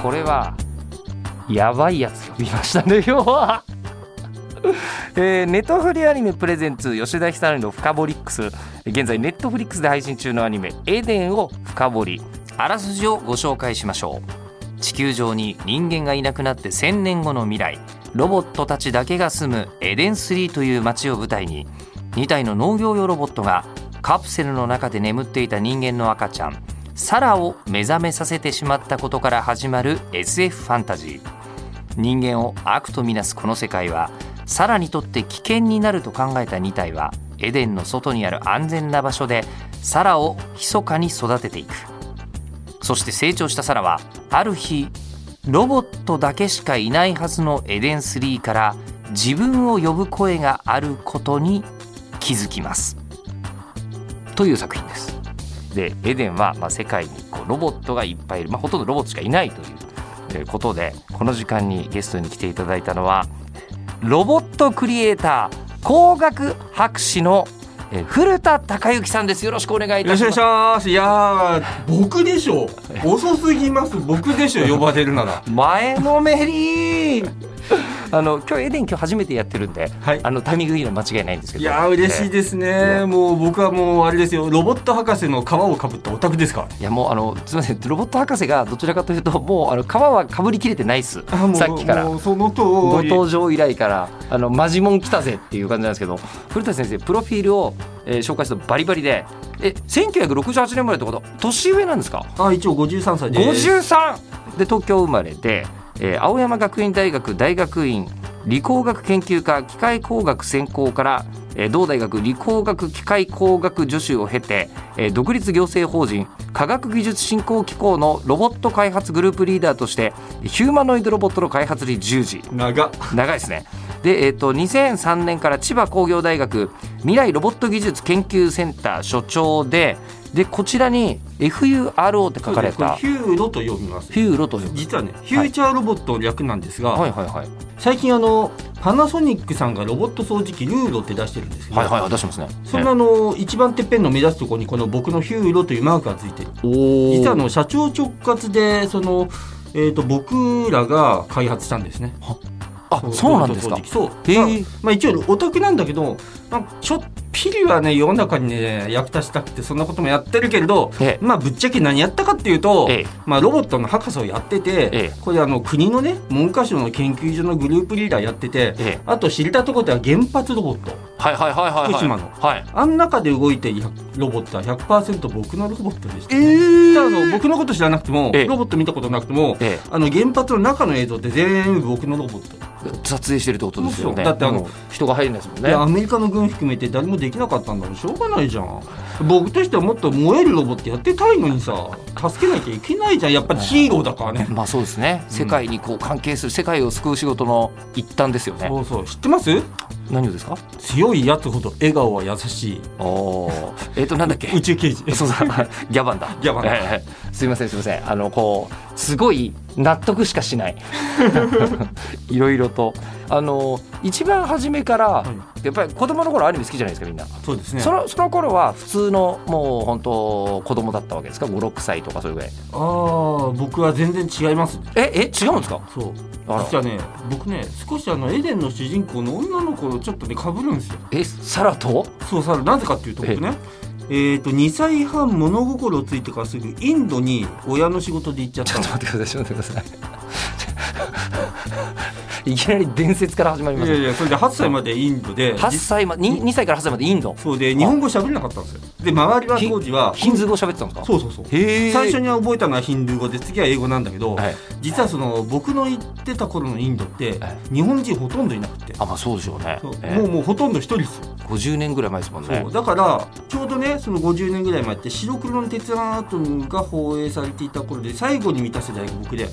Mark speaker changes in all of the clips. Speaker 1: これはやばいやつ呼びましたね今日は。えーネットフリアニメプレゼンツ吉田ひさのりの「フカボリックス」現在ネットフリックスで配信中のアニメ「エデン」を深掘りあらすじをご紹介しましょう地球上に人間がいなくなって1000年後の未来ロボットたちだけが住むエデン3という街を舞台に2体の農業用ロボットがカプセルの中で眠っていた人間の赤ちゃんサラを目覚めさせてしまったことから始まる SF ファンタジー人間を悪とみなすこの世界はサラにとって危険になると考えた2体はエデンの外にある安全な場所でサラを密かに育てていくそして成長したサラはある日ロボットだけしかいないはずのエデン3から自分を呼ぶ声があることに気づきますという作品です。でエデンはまあ世界にこうロボットがいっぱいいる、まあ、ほとんどロボットしかいないというえーことでこの時間にゲストに来ていただいたのはロボットクリエイター工学博士のえー古田隆之さんですよろしくお願いい
Speaker 2: よ
Speaker 1: た
Speaker 2: ろし
Speaker 1: し
Speaker 2: くお願
Speaker 1: ます
Speaker 2: いします。いやー、僕でしょ。遅すぎます。僕でしょ。呼ばれるなら。
Speaker 1: 前のめりーあの今日エデン今日初めてやってるんで、
Speaker 2: はい
Speaker 1: あのタイミングいいの間違いないんですけ
Speaker 2: い
Speaker 1: ど
Speaker 2: やー、嬉しい
Speaker 1: ね
Speaker 2: ですね。もう僕はもう、あれですよ。ロボット博士の皮をかぶったオタクですから。
Speaker 1: いやもうあのすみませんロボット博士がどちらかというともうあの皮はかぶりきれてないっす
Speaker 2: あーもう
Speaker 1: さっきから
Speaker 2: もうそ
Speaker 1: ご
Speaker 2: の通り。
Speaker 1: 登場以来からあのマジモン来たぜっていう感じなんですけど古田先生プロフィールを、えー紹介するとバリバリでえ1968年生まれってこと年上なんですか
Speaker 2: あ、一応53歳です。
Speaker 1: 53で東京生まれで、えー青山学院大学大学院理工学研究科機械工学専攻から、えー同大学理工学機械工学助手を経て、えー独立行政法人科学技術振興機構のロボット開発グループリーダーとしてヒューマノイドロボットの開発に従事
Speaker 2: 長っ。
Speaker 1: 長いですね。で、えっ、と2003年から千葉工業大学未来ロボット技術研究センター所長で、でこちらに FURO って書かれ
Speaker 2: これ
Speaker 1: た
Speaker 2: ヒューロと読みます。
Speaker 1: フューロという。
Speaker 2: 実はね、フューチャーロボットの略なんですが、
Speaker 1: はいはいはい
Speaker 2: 最近あの、パナソニックさんがロボット掃除機ルーロって出してるんですけど、
Speaker 1: はいはいはい出してますね。
Speaker 2: そんなあの、一番てっぺんの目指すところにこの僕のヒューロというマークがついてる。実はあの社長直轄でその、えー、と僕らが開発したんですね。
Speaker 1: あそうなんですか
Speaker 2: ロボッ。ト掃除機
Speaker 1: へ
Speaker 2: そう、
Speaker 1: ー
Speaker 2: まあまあ、一応オタクなんだけど、まあ、ちょっぴりはね世の中にね役立ちたくてそんなこともやってるけれど、
Speaker 1: ええ
Speaker 2: まあ、ぶっちゃけ何やったかっていうと、
Speaker 1: ええ
Speaker 2: まあ、ロボットの博士をやってて、
Speaker 1: ええ
Speaker 2: これあの国のね文科省の研究所のグループリーダーやってて、
Speaker 1: ええ
Speaker 2: あと知れたところでは原発ロボット
Speaker 1: はいはいはいはいはい。
Speaker 2: 福島の
Speaker 1: はい。
Speaker 2: あん中で動いているロボットは100%僕のロボットでした、
Speaker 1: え
Speaker 2: ただあの僕のこと知らなくても、
Speaker 1: ええ
Speaker 2: ロボット見たことなくても、
Speaker 1: ええ
Speaker 2: あの原発の中の映像って全部僕のロボット、
Speaker 1: 撮影してるってことですよ
Speaker 2: そうそ
Speaker 1: ね。
Speaker 2: うだってあの
Speaker 1: うん人が入るんですもん
Speaker 2: い
Speaker 1: ね
Speaker 2: や。アメリカの軍含めて誰もできなかったんだもんしょうがないじゃん僕としてはもっと燃えるロボットやってたいのにさ助けなきゃいけないじゃんやっぱりヒーローだからね、
Speaker 1: まあそうですね。世界にこう関係する世界を救う仕事の一端ですよね。
Speaker 2: そうそう知ってます
Speaker 1: 何をですか？
Speaker 2: 強いやつほど笑顔は優しい
Speaker 1: おお。えっとなんだっけ？
Speaker 2: 宇宙刑事
Speaker 1: そうだ、ギャバンだ。
Speaker 2: ギャバンだ
Speaker 1: ええすいません、すいません。あの、こう、すごい納得しかしない。 いろいろと、あの、一番初めから、やっぱり子供の頃アニメ好きじゃないですか、みんな。
Speaker 2: そうですね
Speaker 1: その、その頃は普通の、もう本当、子供だったわけですか、五六歳とか、それぐらい。
Speaker 2: ああ僕は全然違いますね
Speaker 1: え、え、違うんですか。
Speaker 2: そう
Speaker 1: あら
Speaker 2: 実はね僕ね少しあのエデンの主人公の女の子をちょっとねかぶるんですよ
Speaker 1: え、サラと。
Speaker 2: そうさなぜかっていうと僕ねえー、と2歳半物心ついてからすぐインドに親の仕事で行っちゃっ
Speaker 1: ちょ
Speaker 2: た
Speaker 1: っ
Speaker 2: の
Speaker 1: と待ってください、ちょっと待ってください。 いきなり伝説から始まりま
Speaker 2: い
Speaker 1: す
Speaker 2: や
Speaker 1: ね
Speaker 2: いやそれで8歳までインドで
Speaker 1: 8
Speaker 2: じ
Speaker 1: 歳ま 2, 歳から8歳までインド
Speaker 2: そうで日本語喋れなかったんですよで周りは
Speaker 1: ひ
Speaker 2: 当時は
Speaker 1: ヒンズー語喋ってたんですか
Speaker 2: そうそうそう
Speaker 1: へえ
Speaker 2: 最初に覚えたのはヒンドゥー語で次は英語なんだけど、
Speaker 1: はい
Speaker 2: 実はその僕の行ってた頃のインドって
Speaker 1: は
Speaker 2: 日本人ほとんどいなくて
Speaker 1: あまあそうでしょうね
Speaker 2: そう
Speaker 1: ええ
Speaker 2: もうもうほとんど一人ですよ
Speaker 1: 50年ぐらい前ですもんね
Speaker 2: そうだからちょうどねその50年ぐらい前って白黒の鉄腕アトムが放映されていた頃で最後に見た世代が僕で
Speaker 1: はい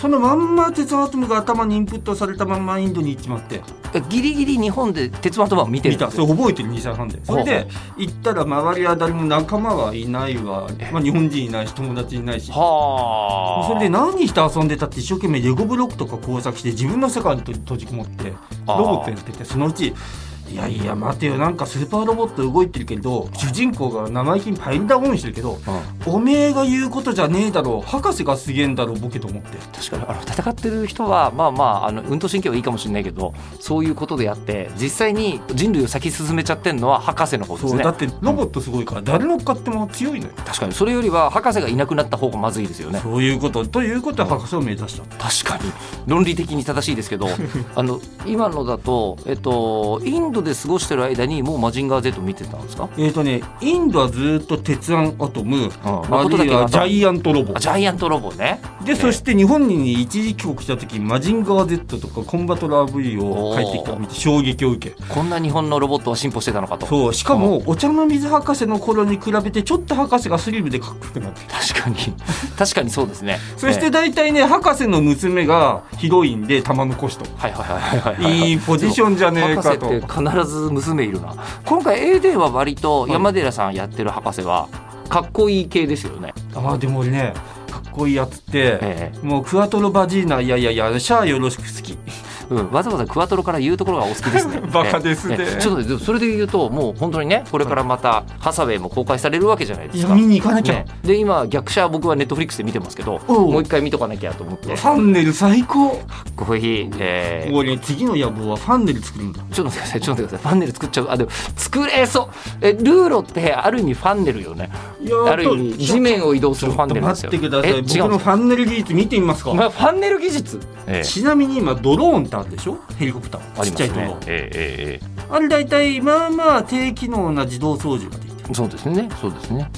Speaker 2: そのまんま鉄腕アトムが頭にインプットされたまんまインドに行っちまって
Speaker 1: ギリギリ日本で鉄腕アトムは見てる
Speaker 2: 見
Speaker 1: んで
Speaker 2: た
Speaker 1: す
Speaker 2: それ覚えてる2歳半でそれ
Speaker 1: ほう
Speaker 2: で行ったら周りは誰も仲間はいないわ
Speaker 1: え、
Speaker 2: まあ、日本人いないし友達いないし
Speaker 1: はあ
Speaker 2: それで何して遊んでたって一生懸命レゴブロックとか工作して自分の世界に閉じこもって
Speaker 1: あー
Speaker 2: ロボットやっててそのうち「いやいや待てよなんかスーパーロボット動いてるけど主人公が生意気にパインダゴンしてるけど
Speaker 1: うん
Speaker 2: おめえが言うことじゃねえだろう博士がすげえんだろうボケと思って
Speaker 1: 確かにあの戦ってる人はまあまああの運動神経はいいかもしれないけどそういうことであって実際に人類を先進めちゃってるのは博士の方で
Speaker 2: そ
Speaker 1: す
Speaker 2: う
Speaker 1: ね
Speaker 2: だってロボットすごいから誰の買っても強いのよ
Speaker 1: 確かにそれよりは博士がいなくなった方がまずいですよね
Speaker 2: そういうことということは博士を目指した
Speaker 1: 確かに論理的に正しいです けどあの今のだと、えっと、インドで過ごしてる間にもう「マジンガー Z」見てたんですか
Speaker 2: えっ、ー、とねインドはずーっと鉄腕アトムあ
Speaker 1: 誠だ
Speaker 2: るい
Speaker 1: け
Speaker 2: は
Speaker 1: が
Speaker 2: ジャイアントロボ
Speaker 1: あジャイアントロボね
Speaker 2: で、
Speaker 1: ええ
Speaker 2: そして日本に一時帰国した時マジンガー Z とかコンバトラー V を帰ってきたのを見て衝撃を受け
Speaker 1: こんな日本のロボットは進歩してたのかと
Speaker 2: そうしかもお茶の水博士の頃に比べてちょっと博士がスリムでかっこよくなって
Speaker 1: 確かに 確かにそうですね
Speaker 2: そし
Speaker 1: え
Speaker 2: て大体ね博士の娘がヒロインで玉の腰と
Speaker 1: えはいはいはいはいはいはい
Speaker 2: いいポジションじゃねえ
Speaker 1: 博士
Speaker 2: か
Speaker 1: っ
Speaker 2: と
Speaker 1: て必ず娘いるな今回 A デーは割と山寺さんやってる博士はかっこいい系ですよね、
Speaker 2: ああでも俺ねかっこいいやつって
Speaker 1: ええ
Speaker 2: もうクアトロバジーナいやいやいやシャアよろしく好き
Speaker 1: うん、わざわざクワトロから言うところがお好きですね
Speaker 2: バカですね
Speaker 1: ちょっとでもそれで言うともう本当にねこれからまたハサウェイも公開されるわけじゃないで
Speaker 2: い
Speaker 1: す
Speaker 2: や
Speaker 1: か
Speaker 2: 見に行かなきゃ、
Speaker 1: ね、で今逆者は僕はネットフリックスで見てますけど
Speaker 2: おう
Speaker 1: もう一回見とかなきゃと思って
Speaker 2: ファンネル最高
Speaker 1: コーヒー、えー
Speaker 2: もうね次の野望はファンネル作るんだ
Speaker 1: ちょっと待ってくださいちょっと待ってくださいファンネル作っちゃうあでも作れそうえルーロってある意味ファンネルよね
Speaker 2: いや
Speaker 1: ある意味地面を移動す
Speaker 2: ちょ
Speaker 1: る
Speaker 2: っ
Speaker 1: ファン
Speaker 2: と
Speaker 1: ネルです
Speaker 2: 待っ
Speaker 1: よ
Speaker 2: てください。
Speaker 1: え違うんです
Speaker 2: 僕
Speaker 1: か
Speaker 2: のファンネル技術見てみます
Speaker 1: お
Speaker 2: か。
Speaker 1: 前ファンネル技術、ええ
Speaker 2: ちなみに今ドローンってあるでしょヘリコプター。
Speaker 1: あ
Speaker 2: ち
Speaker 1: り
Speaker 2: っ
Speaker 1: ま
Speaker 2: ちゃ
Speaker 1: す
Speaker 2: いドロ
Speaker 1: ね
Speaker 2: ーン。
Speaker 1: えええええ
Speaker 2: あれ大体まあまあ低機能な自動操縦ができてる。
Speaker 1: えそうですねそうですね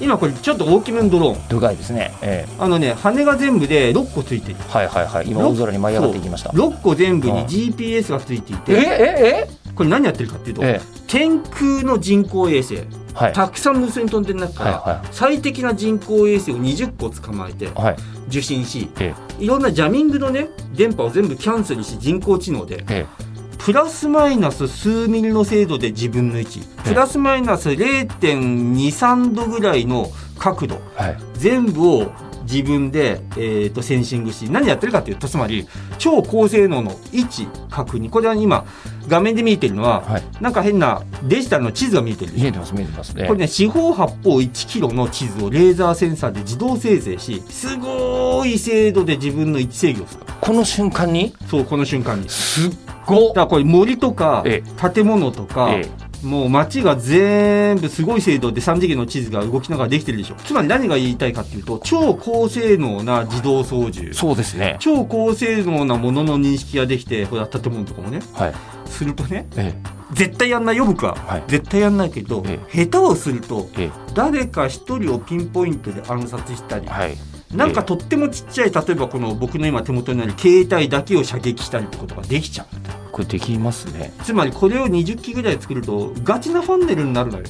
Speaker 2: 今これちょっと大きめのドローン。
Speaker 1: でかいですねええ
Speaker 2: あのね、羽が全部で6個ついてる。
Speaker 1: はいはいはい今
Speaker 2: ろ
Speaker 1: 大空に舞い上がっていきました
Speaker 2: 6個全部
Speaker 1: う
Speaker 2: に
Speaker 1: ん
Speaker 2: GPS がついてい
Speaker 1: ええ
Speaker 2: て、
Speaker 1: え
Speaker 2: これ何やってるかっていうと
Speaker 1: え、え
Speaker 2: 天空の人工衛星、
Speaker 1: えはい
Speaker 2: たくさん無数に飛んでる中か
Speaker 1: はい
Speaker 2: ら、
Speaker 1: は
Speaker 2: 最適な人工衛星を20個捕まえて
Speaker 1: いはい
Speaker 2: 受信し、
Speaker 1: え
Speaker 2: いろんなジャミングのね、電波を全部キャンセルして人工知能で、
Speaker 1: ええ
Speaker 2: プラスマイナス数ミリの精度で自分の位置プラスマイナス0.23度ぐらいの角度
Speaker 1: えはい
Speaker 2: 全部を自分で、えー、とセンシングし何やってるかというとつまり超高性能の位置確認これは今画面で見えてるのは、
Speaker 1: はい
Speaker 2: なんか変なデジタルの地図が見えてるでし
Speaker 1: 見
Speaker 2: ょ
Speaker 1: えてます見えてますね
Speaker 2: これね四方八方1キロの地図をレーザーセンサーで自動生成しすごい精度で自分の位置制御をする
Speaker 1: この瞬間に
Speaker 2: そうこの瞬間にだ
Speaker 1: すっごっ
Speaker 2: からこれ森とか
Speaker 1: え
Speaker 2: 建物とか、
Speaker 1: ええ
Speaker 2: もう街が全部すごい精度で3次元の地図が動きながらできてるでしょつまり何が言いたいかっていうと超高性能な自動操縦
Speaker 1: そうですね
Speaker 2: 超高性能なものの認識ができてほら建物とかもね
Speaker 1: はい
Speaker 2: するとね
Speaker 1: え
Speaker 2: 絶対やんないよ僕は、
Speaker 1: はい
Speaker 2: 絶対やんないけど、
Speaker 1: え
Speaker 2: 下手をすると
Speaker 1: ええ
Speaker 2: 誰か一人をピンポイントで暗殺したり
Speaker 1: えはい
Speaker 2: なんかとってもちっちゃい例えばこの僕の今手元にある携帯だけを射撃したりってことができちゃう
Speaker 1: これできますね
Speaker 2: つまりこれを20機ぐらい作るとガチなファンネルになるのよ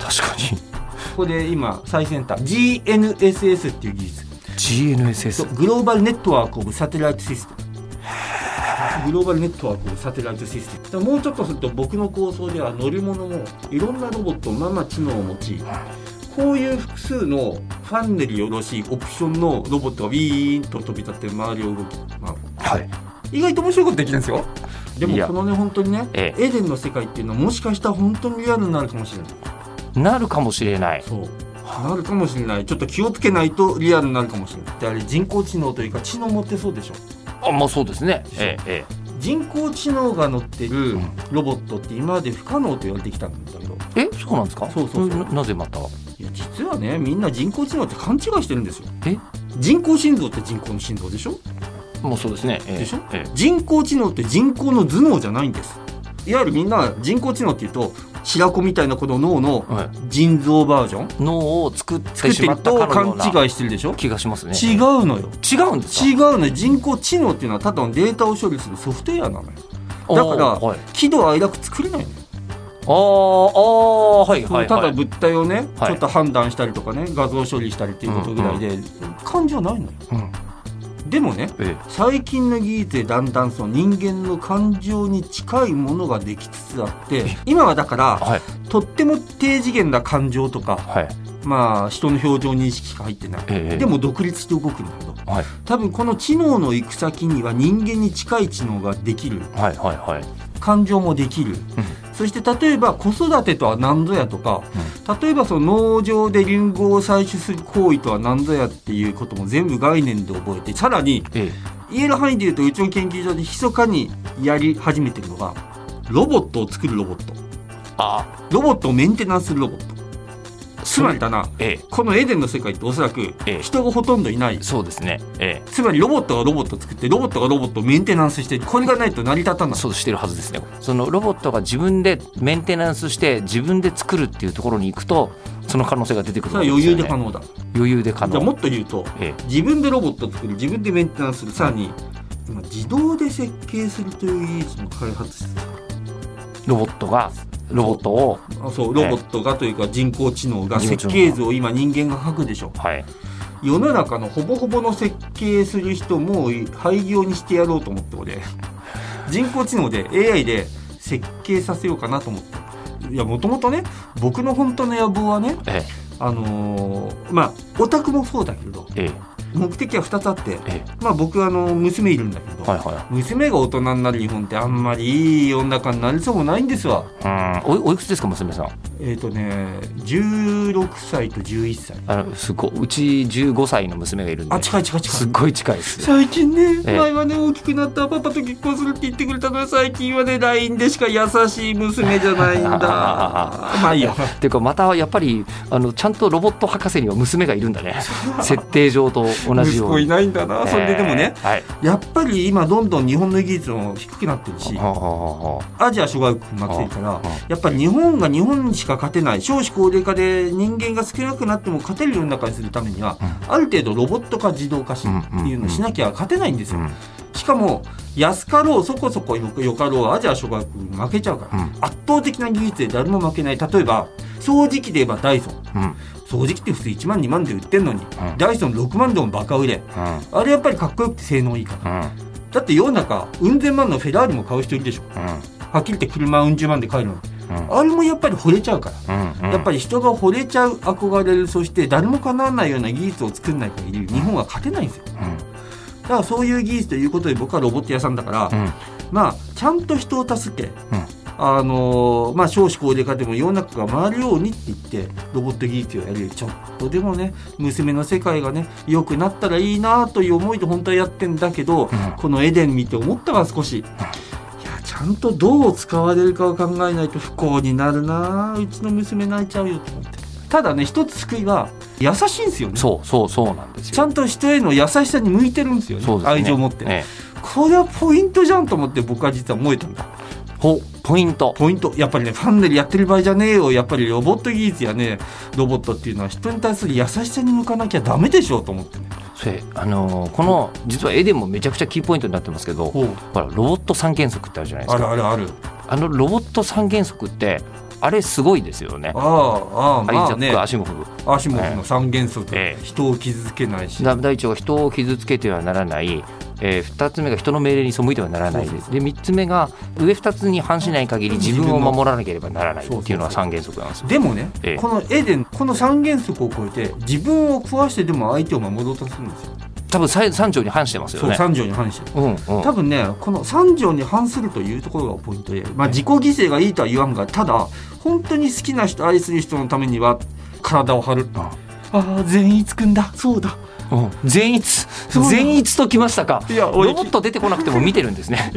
Speaker 1: 確かに
Speaker 2: ここで今最先端 GNSS っていう技術
Speaker 1: GNSS
Speaker 2: グローバルネットワークオブサテライトシステムグローバルネットワークオブサテライトシステムだからもうちょっとすると僕の構想では乗り物もいろんなロボットまあまあ知能を持ちこういう複数のファンネルよろしいオプションのロボットがウィーンと飛び立って周りを動き回る
Speaker 1: はい
Speaker 2: 意外と面白いことできるんですよで
Speaker 1: い
Speaker 2: も
Speaker 1: や
Speaker 2: このね本当にね
Speaker 1: え
Speaker 2: エデンの世界っていうのはもしかしたら本当にリアルになるかもしれない
Speaker 1: なるかもしれない
Speaker 2: そうなるかもしれないちょっと気をつけないとリアルになるかもしれないであれ人工知能というか知能持ってそうでしょ
Speaker 1: あまあそうですねえええ
Speaker 2: 人工知能が乗ってる
Speaker 1: うん
Speaker 2: ロボットって今まで不可能と言われてきたんだけど
Speaker 1: ええそうなんですか
Speaker 2: そうそうそう
Speaker 1: な
Speaker 2: ん
Speaker 1: なぜまた
Speaker 2: いや実はねみんな人工知能って勘違いしてるんですよ
Speaker 1: え
Speaker 2: 人工心臓って人工の心臓でしょ
Speaker 1: もうそうですね、ええ
Speaker 2: でしょ
Speaker 1: ええ
Speaker 2: 人工知能って人工の頭脳じゃないんですいわゆるみんな人工知能っていうと白子みたいなこの脳の
Speaker 1: は
Speaker 2: 腎臓バージョン
Speaker 1: い、脳を作って
Speaker 2: 作って
Speaker 1: しま
Speaker 2: る
Speaker 1: った
Speaker 2: と
Speaker 1: かのよ
Speaker 2: 勘
Speaker 1: うな
Speaker 2: 違いしてるでしょ
Speaker 1: 気がしますね
Speaker 2: 違うのよ
Speaker 1: 違うんですか
Speaker 2: 違うのよ人工知能っていうのはただのデータを処理するソフトウェアなのよ
Speaker 1: お
Speaker 2: だか
Speaker 1: ー
Speaker 2: ら
Speaker 1: はい、
Speaker 2: 喜怒哀楽作れないのよ
Speaker 1: あーあーはいはいはい
Speaker 2: ただ物体をね、
Speaker 1: はい
Speaker 2: ちょっと判断したりとかね画像処理したりっていうことぐらいで、感じはないのよ
Speaker 1: うん
Speaker 2: でもね
Speaker 1: え
Speaker 2: 最近の技術でだんだんその人間の感情に近いものができつつあって今はだか
Speaker 1: え
Speaker 2: ら
Speaker 1: はい
Speaker 2: とっても低次元な感情とか
Speaker 1: はい
Speaker 2: まあ人の表情認識しか入ってない、
Speaker 1: ええ
Speaker 2: でも独立して動くんだけど
Speaker 1: はい
Speaker 2: 多分この知能の行く先には人間に近い知能ができる
Speaker 1: はいはいはい
Speaker 2: 感情もできる、そして例えば子育てとは何ぞやとか、例えばその農場でリンゴを採取する行為とは何ぞやっていうことも全部概念で覚えてさらに
Speaker 1: ええ
Speaker 2: 言える範囲で言うとうちの研究所で密かにやり始めてるのがロボットを作るロボット
Speaker 1: あ
Speaker 2: ロボットをメンテナンスするロボットつまりだな
Speaker 1: ええ
Speaker 2: このエデンの世界っておそらく
Speaker 1: ええ
Speaker 2: 人がほとんどいない
Speaker 1: そうですねえ
Speaker 2: つまりロボットがロボットを作ってロボットがロボットをメンテナンスしてこれがないと成り立た
Speaker 1: え
Speaker 2: ない
Speaker 1: そうしてるはずですねそのロボットが自分でメンテナンスして自分で作るっていうところに行くとその可能性が出てくる
Speaker 2: そ
Speaker 1: わけ
Speaker 2: れは
Speaker 1: ですよ
Speaker 2: 余裕
Speaker 1: ね
Speaker 2: で可能だ
Speaker 1: 余裕で可
Speaker 2: じゃあも
Speaker 1: 能
Speaker 2: っと言うと
Speaker 1: え
Speaker 2: 自分でロボットを作る自分でメンテナンスするさらに今自動で設計するという技術も開発してた
Speaker 1: えロボットがロボットを
Speaker 2: あそうロボットがというか人工知能が設計図を今人間が書くでしょ
Speaker 1: はい
Speaker 2: 世の中のほぼほぼの設計する人も廃業にしてやろうと思って俺人工知能で AI で設計させようかなと思っていやもともとね僕の本当の野望はね
Speaker 1: え
Speaker 2: あのーまあオタクもそうだけど
Speaker 1: ええ
Speaker 2: 目的は2つあって
Speaker 1: ええ
Speaker 2: まあ僕あの娘いるんだけ
Speaker 1: え
Speaker 2: ど、
Speaker 1: はいは
Speaker 2: 娘が大人になる日本ってあんまりいい世の中になりそうもないんですわ
Speaker 1: いうんおいおいくつですか娘さん
Speaker 2: えっ、とね16歳と11歳
Speaker 1: あのすごいうち15歳の娘がいるんで
Speaker 2: あ近い近い近い
Speaker 1: すっごい近いです
Speaker 2: 最近ね、
Speaker 1: ええ
Speaker 2: 前はね大きくなったパパと結婚するって言ってくれたのに最近はね LINE でしか優しい娘じゃない んだまあいいや
Speaker 1: っていうかまたやっぱりあのちゃんとロボット博士には娘がいるんだね設定上と同じ
Speaker 2: 息
Speaker 1: よ
Speaker 2: 子
Speaker 1: う
Speaker 2: い
Speaker 1: に。
Speaker 2: ないんだな、それででもね
Speaker 1: えー、はい、
Speaker 2: やっぱり今どんどん日本の技術も低くなってるし
Speaker 1: はあはあは
Speaker 2: アジア諸外国になってるから
Speaker 1: ああ
Speaker 2: やっぱり日本が日本にしか勝てない少子高齢化で人間が少なくなっても勝てる世の中にするためには、ある程度ロボット化自動化しっていうのをしなきゃ勝てないんです
Speaker 1: あ
Speaker 2: よ、
Speaker 1: うん
Speaker 2: しかも安かろうそこそこよかろうアジア諸外国に負けちゃうから、
Speaker 1: うん
Speaker 2: 圧倒的な技術で誰も負けない例えば掃除機で言えばダイソン
Speaker 1: うん
Speaker 2: 掃除機って普通1万2万で売ってんのに、
Speaker 1: ん
Speaker 2: ダイソン6万でもバカ売れ
Speaker 1: うん
Speaker 2: あれやっぱりかっこよくて性能いいから
Speaker 1: うん
Speaker 2: だって世の中うん千万のフェラーリも買う人いるでしょ
Speaker 1: うん
Speaker 2: はっきり言って車うん十万で買えるのに
Speaker 1: うん
Speaker 2: あれもやっぱり惚れちゃうから、
Speaker 1: うんうん
Speaker 2: やっぱり人が惚れちゃう憧れるそして誰もかなわないような技術を作んない限り日本は勝てないんですよだからそういう技術ということで僕はロボット屋さんだから、
Speaker 1: うんうん
Speaker 2: まあちゃんと人を助け、あのーまあ、少子高齢化でも世の中が回るようにって言ってロボット技術をやるちょっとでもね娘の世界がね良くなったらいいなという思いで本当はやってんだけど、
Speaker 1: ん
Speaker 2: このエデン見て思ったわ少し。いやちゃんとどう使われるかを考えないと不幸になるなうちの娘泣いちゃうよと思ってただね一つ救いは優しいんですよね
Speaker 1: そうそうそうなんですよ。
Speaker 2: ちゃんと人への優しさに向いてるんですよね
Speaker 1: そうですね
Speaker 2: 愛情を持って、
Speaker 1: え
Speaker 2: これはポイントじゃんと思って僕は実は燃えたんだ
Speaker 1: えほポイント。
Speaker 2: ポイントやっぱりねファンネルやってる場合じゃねえよやっぱりロボット技術やねロボットっていうのは人に対する優しさに向かなきゃダメでしょうと思ってね
Speaker 1: それあのーこの実はエデンもめちゃくちゃキーポイントになってますけど、ほ
Speaker 2: ほう
Speaker 1: らロボット三原則ってあるじゃないで
Speaker 2: あ
Speaker 1: す
Speaker 2: る
Speaker 1: か。
Speaker 2: あるある
Speaker 1: あのロボット三原則ってあれすごいですよね
Speaker 2: あ。あああ
Speaker 1: アイ
Speaker 2: ま
Speaker 1: ジャッ
Speaker 2: あね
Speaker 1: ク、足も踏む。
Speaker 2: アシモフの三原則、
Speaker 1: ええ
Speaker 2: 人を傷つけないし
Speaker 1: だ第一は人を傷つけてはならない、えー、2つ目が人の命令に背いてはならない
Speaker 2: そう
Speaker 1: で
Speaker 2: そ
Speaker 1: で3つ目が上2つに反しない限り自分を守らなければならないっていうの
Speaker 2: そうそう
Speaker 1: は
Speaker 2: そう
Speaker 1: 三原則なんですよ
Speaker 2: でもね、
Speaker 1: ええ
Speaker 2: このエデンこの三原則を超えて自分を壊してでも相手を守ろうとするんですよ、
Speaker 1: 多分さ三条に反してますよ
Speaker 2: そう
Speaker 1: ね
Speaker 2: 三条に反して
Speaker 1: うんうん
Speaker 2: 多分ねこの三条に反するというところがポイントで、まあ、自己犠牲がいいとは言わんがただ本当に好きな人愛する人のためには体を張る
Speaker 1: あ
Speaker 2: ああ善逸くんだそうだ
Speaker 1: うん善逸
Speaker 2: うだ
Speaker 1: 善逸ときましたか
Speaker 2: いや
Speaker 1: ロ
Speaker 2: 俺
Speaker 1: ボット 出てこなくても見てるんですね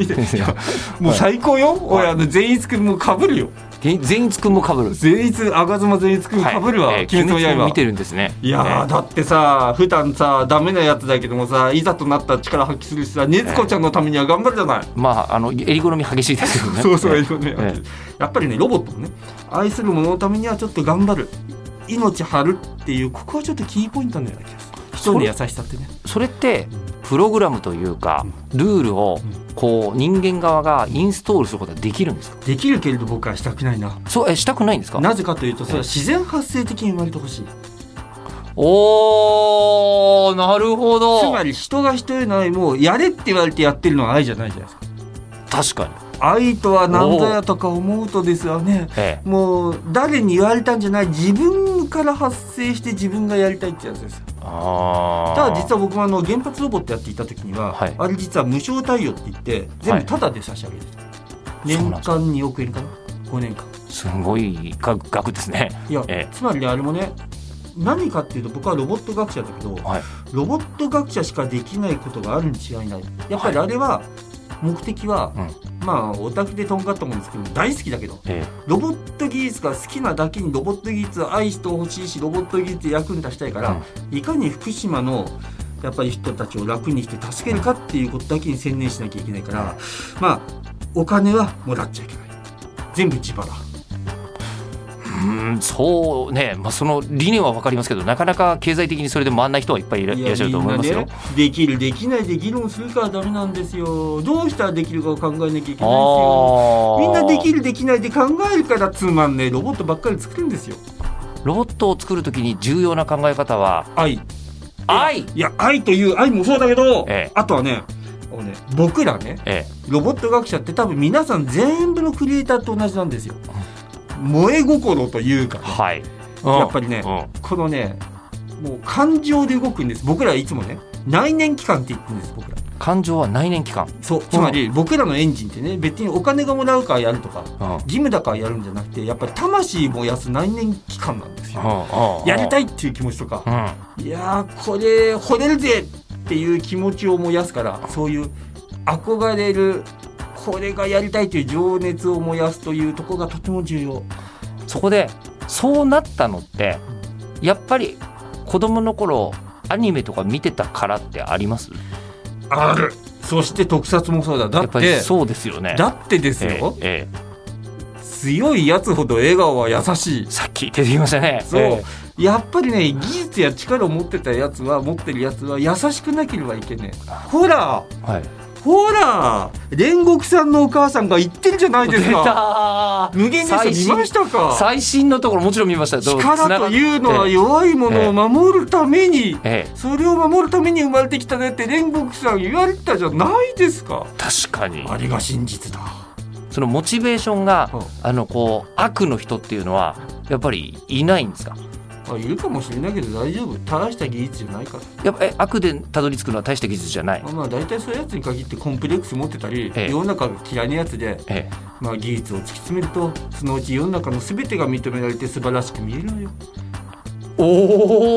Speaker 2: もう最高よ、俺あの善逸くんもかぶるよ
Speaker 1: 全善逸くんもかぶる
Speaker 2: 善逸吾妻善逸君かぶるわ、
Speaker 1: はいえ
Speaker 2: 鬼滅の
Speaker 1: ー
Speaker 2: 刃
Speaker 1: 見てるんですね
Speaker 2: いやー、
Speaker 1: ね
Speaker 2: だってさ普段さダメなやつだけどもさいざとなったら力発揮するしさ禰豆子ちゃんのためには頑張るじゃない、
Speaker 1: まああの襟好み激しいですよね
Speaker 2: そうそう、
Speaker 1: ね
Speaker 2: そうね
Speaker 1: え
Speaker 2: やっぱりねロボットもね愛する者のためにはちょっと頑張る命張るっていうここはちょっとキーポイントのような気がする人の優しさってね
Speaker 1: それってプログラムというかルールをこう人間側がインストールすることはできるんですか
Speaker 2: できるけれど僕はしたくないな
Speaker 1: そうえしたくないんですか
Speaker 2: なぜかというとそれは自然発生的に生まれてほしい
Speaker 1: おーなるほど
Speaker 2: つまり人が人への愛もやれって言われてやってるのは愛じゃないじゃないですか
Speaker 1: 確かに、
Speaker 2: 愛とは何ぞやとか思うとですよね
Speaker 1: え
Speaker 2: もう誰に言われたんじゃない自分から発生して自分がやりたいってやつですよ
Speaker 1: え、あ
Speaker 2: ただ実
Speaker 1: は
Speaker 2: は僕もあの原発ロボットやっていた時には、
Speaker 1: はい
Speaker 2: あれ実は無償対応って言って全部タダで差し上げてた、
Speaker 1: そう
Speaker 2: 年
Speaker 1: なんです
Speaker 2: 間2億円かな5年間
Speaker 1: すごい額額ですね
Speaker 2: いや、
Speaker 1: ええ
Speaker 2: つまりねあれもね何かっていうと僕はロボット学者だけど、
Speaker 1: はい
Speaker 2: ロボット学者しかできないことがあるに違いないやっぱりあれは、目的は、まあオタクでとんかったもんですけど大好きだけど
Speaker 1: え
Speaker 2: ロボット技術が好きなだけにロボット技術を愛してほしいしロボット技術で役に立ちたいから、いかに福島のやっぱり人たちを楽にして助けるかっていうことだけに専念しなきゃいけないから、まあお金はもらっちゃいけない全部自腹
Speaker 1: え、うんそうね、まあ、その理念は分かりますけどなかなか経済的にそれで回んない人はいっぱいいらいらっしゃると思いますよ。
Speaker 2: みんなねできるできないで議論するからダメなんですよどうしたらできるかを考えなきゃいけないんです
Speaker 1: あ
Speaker 2: よ
Speaker 1: ー
Speaker 2: みんなできるできないで考えるからつまんねえロボットばっかり作るんですよ
Speaker 1: ロボットを作るときに重要な考え方は
Speaker 2: 愛
Speaker 1: 愛
Speaker 2: いや愛という愛もそうだけど、
Speaker 1: ええ
Speaker 2: あとはねあのね僕らね
Speaker 1: え
Speaker 2: ロボット学者って多分皆さん全部のクリエイターと同じなんですよ燃え心というか
Speaker 1: え、はい、
Speaker 2: やっぱりね
Speaker 1: う
Speaker 2: このねもう感情で動くんです僕らはいつもね内燃機関って言ってるんです僕ら
Speaker 1: ん感情は内燃機関、
Speaker 2: そうつまり僕らのエンジンってね別にお金がもらうからやるとか
Speaker 1: うんうん
Speaker 2: 義務だからやるんじゃなくてやっぱり魂燃やす内燃機関なんですよ
Speaker 1: うん、
Speaker 2: やりた
Speaker 1: い、
Speaker 2: いっていう気持ちとか
Speaker 1: うん、
Speaker 2: いやーこれ惚れるぜっていう気持ちを燃やすからそういう憧れるこれがやりたいという情熱を燃やすというところがとても重要
Speaker 1: そこでそうなったのってやっぱり子供の頃アニメとか見てたからってあります
Speaker 2: あるそして特撮もそうだだ
Speaker 1: やっ
Speaker 2: っ
Speaker 1: ぱり
Speaker 2: て
Speaker 1: そうですよね。
Speaker 2: だってです
Speaker 1: え
Speaker 2: よ、
Speaker 1: ええ
Speaker 2: 強いやつほど笑顔は優しい
Speaker 1: え、さっき出てきましたね。
Speaker 2: そう、
Speaker 1: え
Speaker 2: やっぱりね技術や力を持ってたやつは持ってるやつは優しくなければいけねえほら
Speaker 1: えはい、
Speaker 2: ほら煉獄さんのお母さんが言ってるじゃないです
Speaker 1: 出
Speaker 2: か
Speaker 1: た
Speaker 2: 無限列車見ましたか
Speaker 1: 最新のところもちろん見ましたどう
Speaker 2: 力というのは弱いものを守るために
Speaker 1: ええ
Speaker 2: それを守るために生まれてきたねって煉獄さん言われてたじゃないですか
Speaker 1: 確かに
Speaker 2: あれが真実だ
Speaker 1: そのモチベーションが、
Speaker 2: うん
Speaker 1: あのこう悪の人っていうのはやっぱりいないんですか
Speaker 2: あいるかもしれないけど大丈夫大した技術じゃないから
Speaker 1: やっぱえ悪でたどり着くのは大した技術じゃない、
Speaker 2: まあまあ大体そういうやつに限ってコンプレックス持ってたり、
Speaker 1: ええ
Speaker 2: 世の中が嫌いなやつで、
Speaker 1: ええ、
Speaker 2: まあ、技術を突き詰めるとそのうち世の中の全てが認められて素晴らしく見えるのよ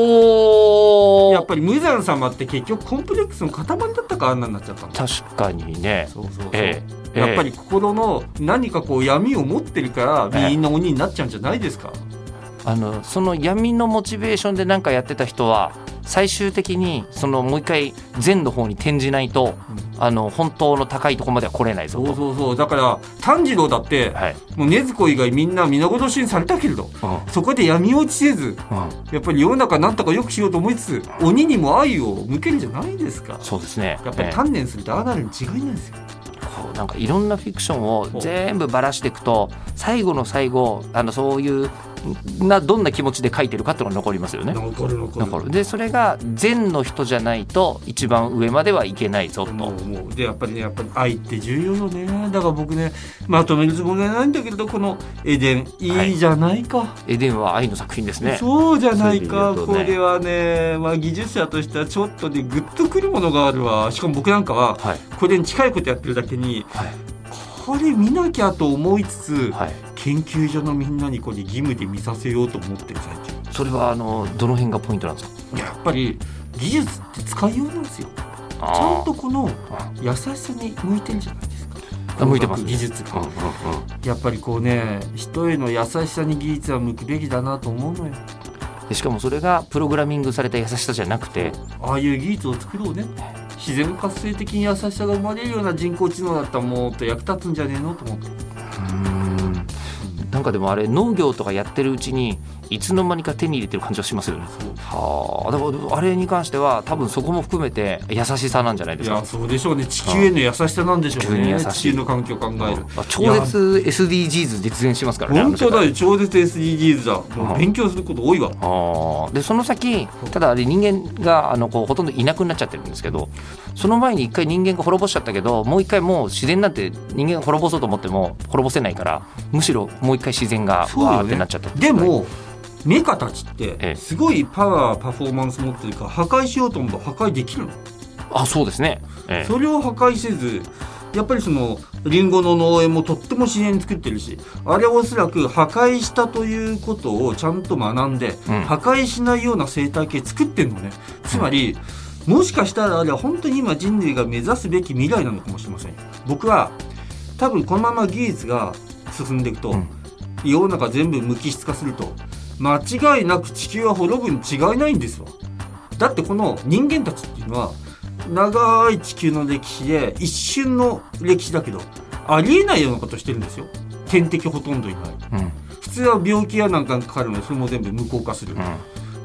Speaker 1: お
Speaker 2: やっ
Speaker 1: お
Speaker 2: ぱり無惨様って結局コンプレックスの塊だったからあんなになっちゃったんだ
Speaker 1: 確かにね
Speaker 2: そうそうそう、
Speaker 1: ええ
Speaker 2: やっぱり心の何かこう闇を持ってるから
Speaker 1: ええ
Speaker 2: みんな鬼になっちゃうんじゃないですか、
Speaker 1: あのその闇のモチベーションで何かやってた人は最終的にそのもう一回善の方に転じないと、あの本当の高いところまでは来れないぞ
Speaker 2: そう
Speaker 1: と
Speaker 2: そうそうだから炭治郎だって
Speaker 1: はい、
Speaker 2: もう禰豆子以外みんな皆殺しにされたけれどそこで闇落ちせず
Speaker 1: うんうん、
Speaker 2: やっぱり世の中なんとか良くしようと思いつつ鬼にも愛を向けるんじゃないですか
Speaker 1: そうですね
Speaker 2: やっぱ
Speaker 1: え
Speaker 2: り
Speaker 1: え
Speaker 2: 鍛錬するとああなるに違いないですよ、
Speaker 1: こうなんかいろんなフィクションを全部ばらしていくと最後の最後あのそういうんなどんな気持ちで書いてるかっていうのが残りますよね。
Speaker 2: 残る残
Speaker 1: 残るでそれが善の人じゃないと一番上まではいけないぞと。
Speaker 2: もうもうでやっぱりねやっぱり愛って重要よねだから僕ねまとめるつもりはないんだけれどこの「エデン」いいじゃないか、
Speaker 1: エデンは愛の作品ですね。
Speaker 2: そうじゃないか、
Speaker 1: そういう意味で言うと
Speaker 2: こ
Speaker 1: ね
Speaker 2: れはね、まあ、技術者としてはちょっとねグッとくるものがあるわしかも僕なんかは
Speaker 1: はい
Speaker 2: これに近いことやってるだけに
Speaker 1: はい
Speaker 2: これ見なきゃと思いつつ
Speaker 1: はい。
Speaker 2: 研究所のみんなにこれ義務で見させようと思ってる最近
Speaker 1: それはあのどの辺がポイントなんですか。
Speaker 2: やっぱり技術って使いようなんですよち
Speaker 1: ち
Speaker 2: ゃんとこの優しさに向いてるじゃないですか
Speaker 1: あ向いてます
Speaker 2: 工学技術
Speaker 1: うんう
Speaker 2: が
Speaker 1: んうん
Speaker 2: やっぱりこうね人への優しさに技術は向くべきだなと思うのよ
Speaker 1: でしかもそれがプログラミングされた優しさじゃなくて
Speaker 2: ああいう技術を作ろうね自然活性的に優しさが生まれるような人工知能だったらもっと役立つんじゃねえのと思って
Speaker 1: うんなんかでもあれ農業とかやってるうちにいつの間にか手に入れてる感じはしますよねはあだからあれに関しては多分そこも含めて優しさなんじゃないで
Speaker 2: い
Speaker 1: すか
Speaker 2: やそうでしょうね地球への優しさなんでしょう
Speaker 1: 地球に優
Speaker 2: ね
Speaker 1: しい
Speaker 2: 地球の環境を考える
Speaker 1: あ超絶 SDGs 実現しますからね
Speaker 2: 本当
Speaker 1: あの世
Speaker 2: だ
Speaker 1: 界
Speaker 2: よ超絶 SDGs だもう勉強すること多いわ
Speaker 1: あーでその先ただあれ人間があのこうほとんどいなくなっちゃってるんですけどその前に一回人間が滅ぼしちゃったけどもう一回もう自然なんて人間が滅ぼそうと思っても滅ぼせないからむしろもう一回自然がわ
Speaker 2: そうよね
Speaker 1: ーってなっちゃった
Speaker 2: でもメカたちっ
Speaker 1: ええ
Speaker 2: てすごいパワーパフォーマンス持ってるから破壊しようと思えば破壊できるの
Speaker 1: あそうですね、ええ
Speaker 2: それを破壊せずやっぱりそのリンゴの農園もとっても自然に作ってるしあれはおそらく破壊したということをちゃんと学んで、
Speaker 1: うん
Speaker 2: 破壊しないような生態系作ってんのねつまり、もしかしたらあれは本当に今人類が目指すべき未来なのかもしれませんよ僕は多分このまま技術が進んでいくと、
Speaker 1: うん
Speaker 2: 世の中全部無機質化すると間違いなく地球は滅ぶに違いないんですわだってこの人間たちっていうのは長い地球の歴史で一瞬の歴史だけどありえないようなことしてるんですよ天敵ほとんどいない
Speaker 1: うんうん
Speaker 2: 普通は病気やなんかにかかるのでそれも全部無効化する、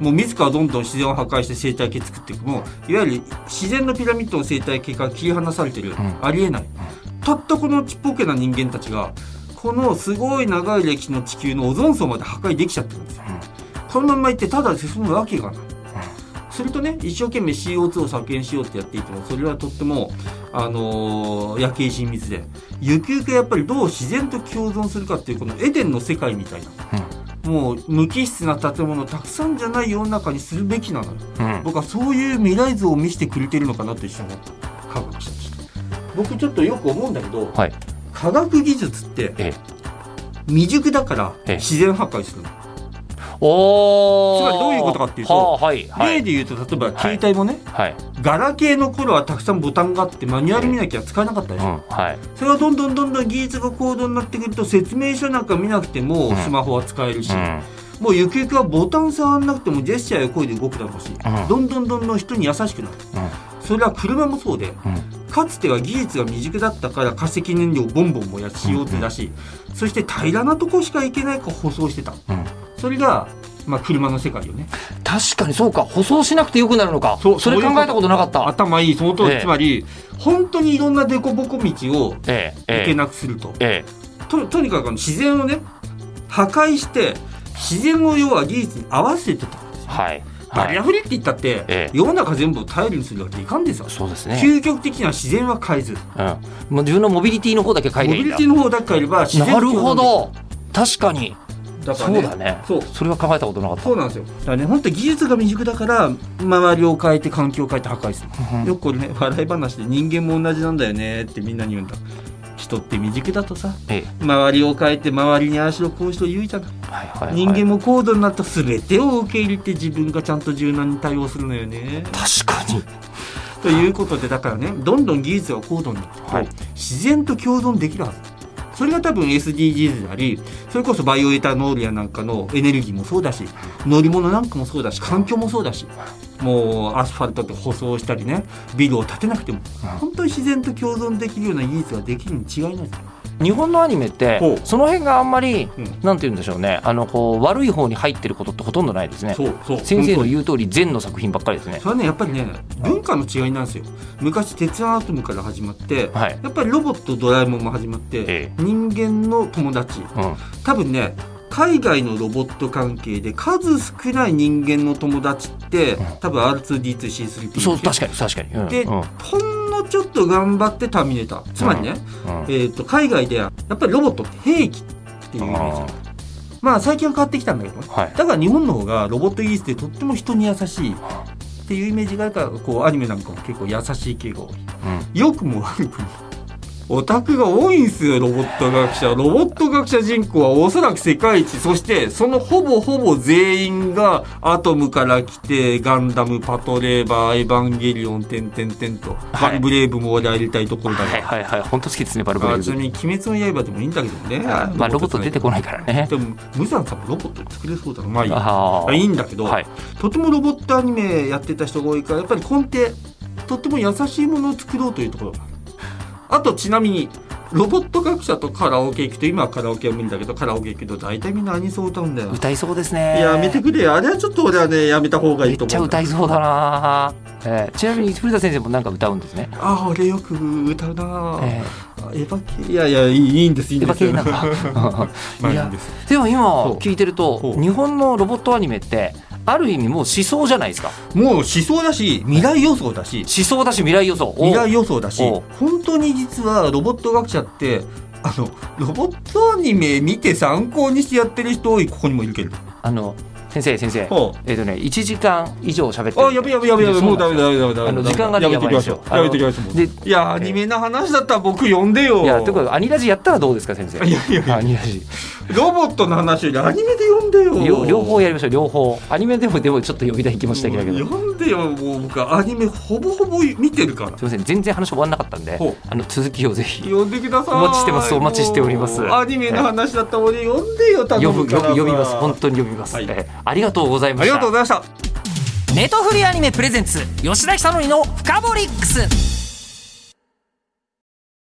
Speaker 2: もう自らどんどん自然を破壊して生態系作っていくもういわゆる自然のピラミッドの生態系から切り離されてる、
Speaker 1: ん
Speaker 2: ありえないたったこのちっぽけな人間たちがこのすごい長い歴史の地球のオゾン層まで破壊できちゃってるんですよ、このまんま行ってただ進むわけがない、するとね一生懸命 CO2 を削減しようってやっていてもそれはとってもあのー夜景親密でゆくゆくやっぱりどう自然と共存するかっていうこのエデンの世界みたいなもう無機質な建物たくさんじゃない世の中にするべきなのよ
Speaker 1: うん
Speaker 2: 僕はそういう未来像を見せてくれてるのかなと一緒に思った科学者として僕ちょっとよく思うんだけど
Speaker 1: はい
Speaker 2: 科学技術って
Speaker 1: ええ
Speaker 2: 未熟だから
Speaker 1: ええ
Speaker 2: 自然破壊するの、
Speaker 1: おお
Speaker 2: つまりどういうことかっていうと
Speaker 1: はいはい
Speaker 2: 例で言うと例えば
Speaker 1: い
Speaker 2: 携帯もね、
Speaker 1: はい
Speaker 2: ガラケーの頃はたくさんボタンがあってマニュアル見なきゃ使えなかった
Speaker 1: う
Speaker 2: でしょ、
Speaker 1: んはい
Speaker 2: それがどんどんどんどん技術が高度になってくると説明書なんか見なくても
Speaker 1: うん
Speaker 2: スマホは使えるし、
Speaker 1: うん
Speaker 2: もうゆくゆくはボタン触んなくてもジェスチャーや声で動くだろうし、
Speaker 1: ん
Speaker 2: どんどんどんどん人に優しくなるそれは車もそうで
Speaker 1: うん
Speaker 2: かつては技術が未熟だったから化石燃料をボンボン燃やしようってだし、そして平らなとこしか行けないから舗装してた
Speaker 1: うんうん
Speaker 2: それが、まあ、車の世界よね
Speaker 1: 確かにそうか舗装しなくてよくなるのか
Speaker 2: そう
Speaker 1: それ考
Speaker 2: そういうこと
Speaker 1: えたことなかった
Speaker 2: 頭いいその通り、
Speaker 1: ええ
Speaker 2: つまり本当にいろんな凸凹道を
Speaker 1: ええ
Speaker 2: 行
Speaker 1: え
Speaker 2: け
Speaker 1: え
Speaker 2: なくすると、
Speaker 1: え
Speaker 2: ととにかくあの自然をね破壊して自然を要は技術に合わせてたんで
Speaker 1: え
Speaker 2: すよ、
Speaker 1: はい
Speaker 2: バリ
Speaker 1: は
Speaker 2: ア
Speaker 1: い
Speaker 2: フリーって言ったって、
Speaker 1: ええ
Speaker 2: 世の中全部を頼りにするわけいかんですよ、
Speaker 1: そうですね
Speaker 2: 究極的には自然は変えず
Speaker 1: うんもう自分のモビリティの方だけ変え
Speaker 2: モ
Speaker 1: りゃい
Speaker 2: ビ
Speaker 1: いんだ
Speaker 2: リティの方だけ変えれば自然
Speaker 1: な
Speaker 2: と
Speaker 1: る
Speaker 2: 共
Speaker 1: ほ
Speaker 2: 存
Speaker 1: ど確かに
Speaker 2: できるだから
Speaker 1: そうだね
Speaker 2: そう
Speaker 1: それは考えたことなかった
Speaker 2: そうなんですよだからね本当に技術が未熟だから周りを変えて環境を変えて破壊する、
Speaker 1: うん
Speaker 2: よくこれね 笑い話で人間も同じなんだよねってみんなに言うんだ人って未熟だとさ
Speaker 1: ええ
Speaker 2: 周りを変えて周りにああしろこうしろ言うじゃない、
Speaker 1: はいはいはい
Speaker 2: 人間も高度になった全てを受け入れて自分がちゃんと柔軟に対応するのよね
Speaker 1: 確かに
Speaker 2: ということでだからねどんどん技術が高度になっていくと、
Speaker 1: はい
Speaker 2: 自然と共存できるはずそれが多分 SDGs でありそれこそバイオエタノールやなんかのエネルギーもそうだし乗り物なんかもそうだし環境もそうだしもうアスファルトって舗装したりねビルを建てなくても
Speaker 1: うん
Speaker 2: 本当に自然と共存できるような技術ができるに違いない
Speaker 1: 日本のアニメって
Speaker 2: ほう
Speaker 1: その辺があんまり
Speaker 2: うん
Speaker 1: なんて言うんでしょうねあのこう悪い方に入ってることってほとんどないですね
Speaker 2: そうそう
Speaker 1: 先生の
Speaker 2: 本当に
Speaker 1: 言う通り善の作品ばっかりですね
Speaker 2: それはねやっぱりね文化の違いなんですよ昔鉄腕アトムから始まって
Speaker 1: はい
Speaker 2: やっぱりロボットドラえもんも始まって
Speaker 1: え
Speaker 2: 人間の友達
Speaker 1: うん
Speaker 2: 多分ね海外のロボット関係で数少ない人間の友達って多分 R2D2C3P
Speaker 1: そう確かに確かにうん
Speaker 2: で、
Speaker 1: うん
Speaker 2: ほんのちょっと頑張ってターミネーターつまりね、
Speaker 1: うん
Speaker 2: えー、と海外ではやっぱりロボットって兵器っていうイメージ
Speaker 1: あ
Speaker 2: まあ最近は変わってきたんだけどね
Speaker 1: ーはい
Speaker 2: だから日本の方がロボット技術ってとっても人に優しいっていうイメージがあるからこうアニメなんかも結構優しい傾向が多い
Speaker 1: うん
Speaker 2: 良くも悪くもオタクが多いんすよ、ロボット学者。ロボット学者人口はおそらく世界一。そして、そのほぼほぼ全員が、アトムから来て、ガンダム、パトレーバー、エヴァンゲリオン、てんてんてんと、
Speaker 1: はい
Speaker 2: バンブレイブも俺入れたいところだ
Speaker 1: はい
Speaker 2: が。
Speaker 1: はいはい本当好きですねバルブレ
Speaker 2: あ
Speaker 1: イ
Speaker 2: ちな
Speaker 1: ブ
Speaker 2: みに、鬼滅の刃でもいいんだけどね。
Speaker 1: まあロボット出てこないからね
Speaker 2: でも、無惨さんもロボット作れそうだな。まあいいや
Speaker 1: ああ
Speaker 2: いいんだけど、
Speaker 1: はい
Speaker 2: とてもロボットアニメやってた人が多いからやっぱり根底とても優しいものを作ろうというところがあるあとちなみにロボット学者とカラオケ行くと今はカラオケは無理だけどカラオケ行くと大体みんなアニソン歌うんだよ
Speaker 1: 歌いそうですね
Speaker 2: やめてくれよあれはちょっと俺はねやめた方が
Speaker 1: め
Speaker 2: い
Speaker 1: っ
Speaker 2: いと
Speaker 1: ち
Speaker 2: 思
Speaker 1: ゃ
Speaker 2: うんだ
Speaker 1: 歌いそうだな、えーちなみに古田先生もなんか歌うんですね、
Speaker 2: ああ俺よく歌うな、
Speaker 1: え
Speaker 2: エヴァ系いやいやいいいいんですいい
Speaker 1: ー、
Speaker 2: ん
Speaker 1: エヴ
Speaker 2: で
Speaker 1: ァ
Speaker 2: す
Speaker 1: 系なん か
Speaker 2: まあ
Speaker 1: い
Speaker 2: いい
Speaker 1: や
Speaker 2: んです
Speaker 1: でも今
Speaker 2: そう
Speaker 1: 聞いてると
Speaker 2: そう
Speaker 1: 日本のロボットアニメってある意味もう思想じゃないですか
Speaker 2: もう思想だし未来予想だし
Speaker 1: 思想だし未来予想
Speaker 2: 未来予想だし
Speaker 1: おう
Speaker 2: 本当に実はロボット学者ってあのロボットアニメ見て参考にしてやってる人多いここにもいるけど
Speaker 1: あの先生先生
Speaker 2: おう
Speaker 1: えっ、とね1時間以上喋ってる
Speaker 2: あやべやべやべやべもうダメだめだめだ
Speaker 1: あ
Speaker 2: め
Speaker 1: の
Speaker 2: だ
Speaker 1: 時間がね
Speaker 2: やめてきましょう
Speaker 1: や
Speaker 2: や
Speaker 1: ばい
Speaker 2: め
Speaker 1: で
Speaker 2: て
Speaker 1: す
Speaker 2: き
Speaker 1: よ
Speaker 2: ましょうもう
Speaker 1: で
Speaker 2: いやアニメの話だったら僕呼んでよ
Speaker 1: いやということでアニラジやったらどうですか先生
Speaker 2: いやいやいや
Speaker 1: アニラジ
Speaker 2: ロボットの話よりアニメで呼んでよ
Speaker 1: 両両方やりましょう両方アニメでもでもちょっと呼びたい気もしたけどすい
Speaker 2: もう呼んでよもう僕アニメほぼほぼ見てるから
Speaker 1: ません全然話終わんなかったんで
Speaker 2: ほう
Speaker 1: あの続きをぜひ
Speaker 2: 呼んでください
Speaker 1: お待ちしてますお待ちしております
Speaker 2: もうアニメの話だったら俺呼んでよ頼
Speaker 1: 読む
Speaker 2: むから
Speaker 1: 読みます本当に読みます、
Speaker 2: はい
Speaker 1: えーありがとうございまし
Speaker 2: あり
Speaker 1: た
Speaker 2: がとうございました
Speaker 1: ネトフリアニメプレゼンツ吉田久典のフカボリックス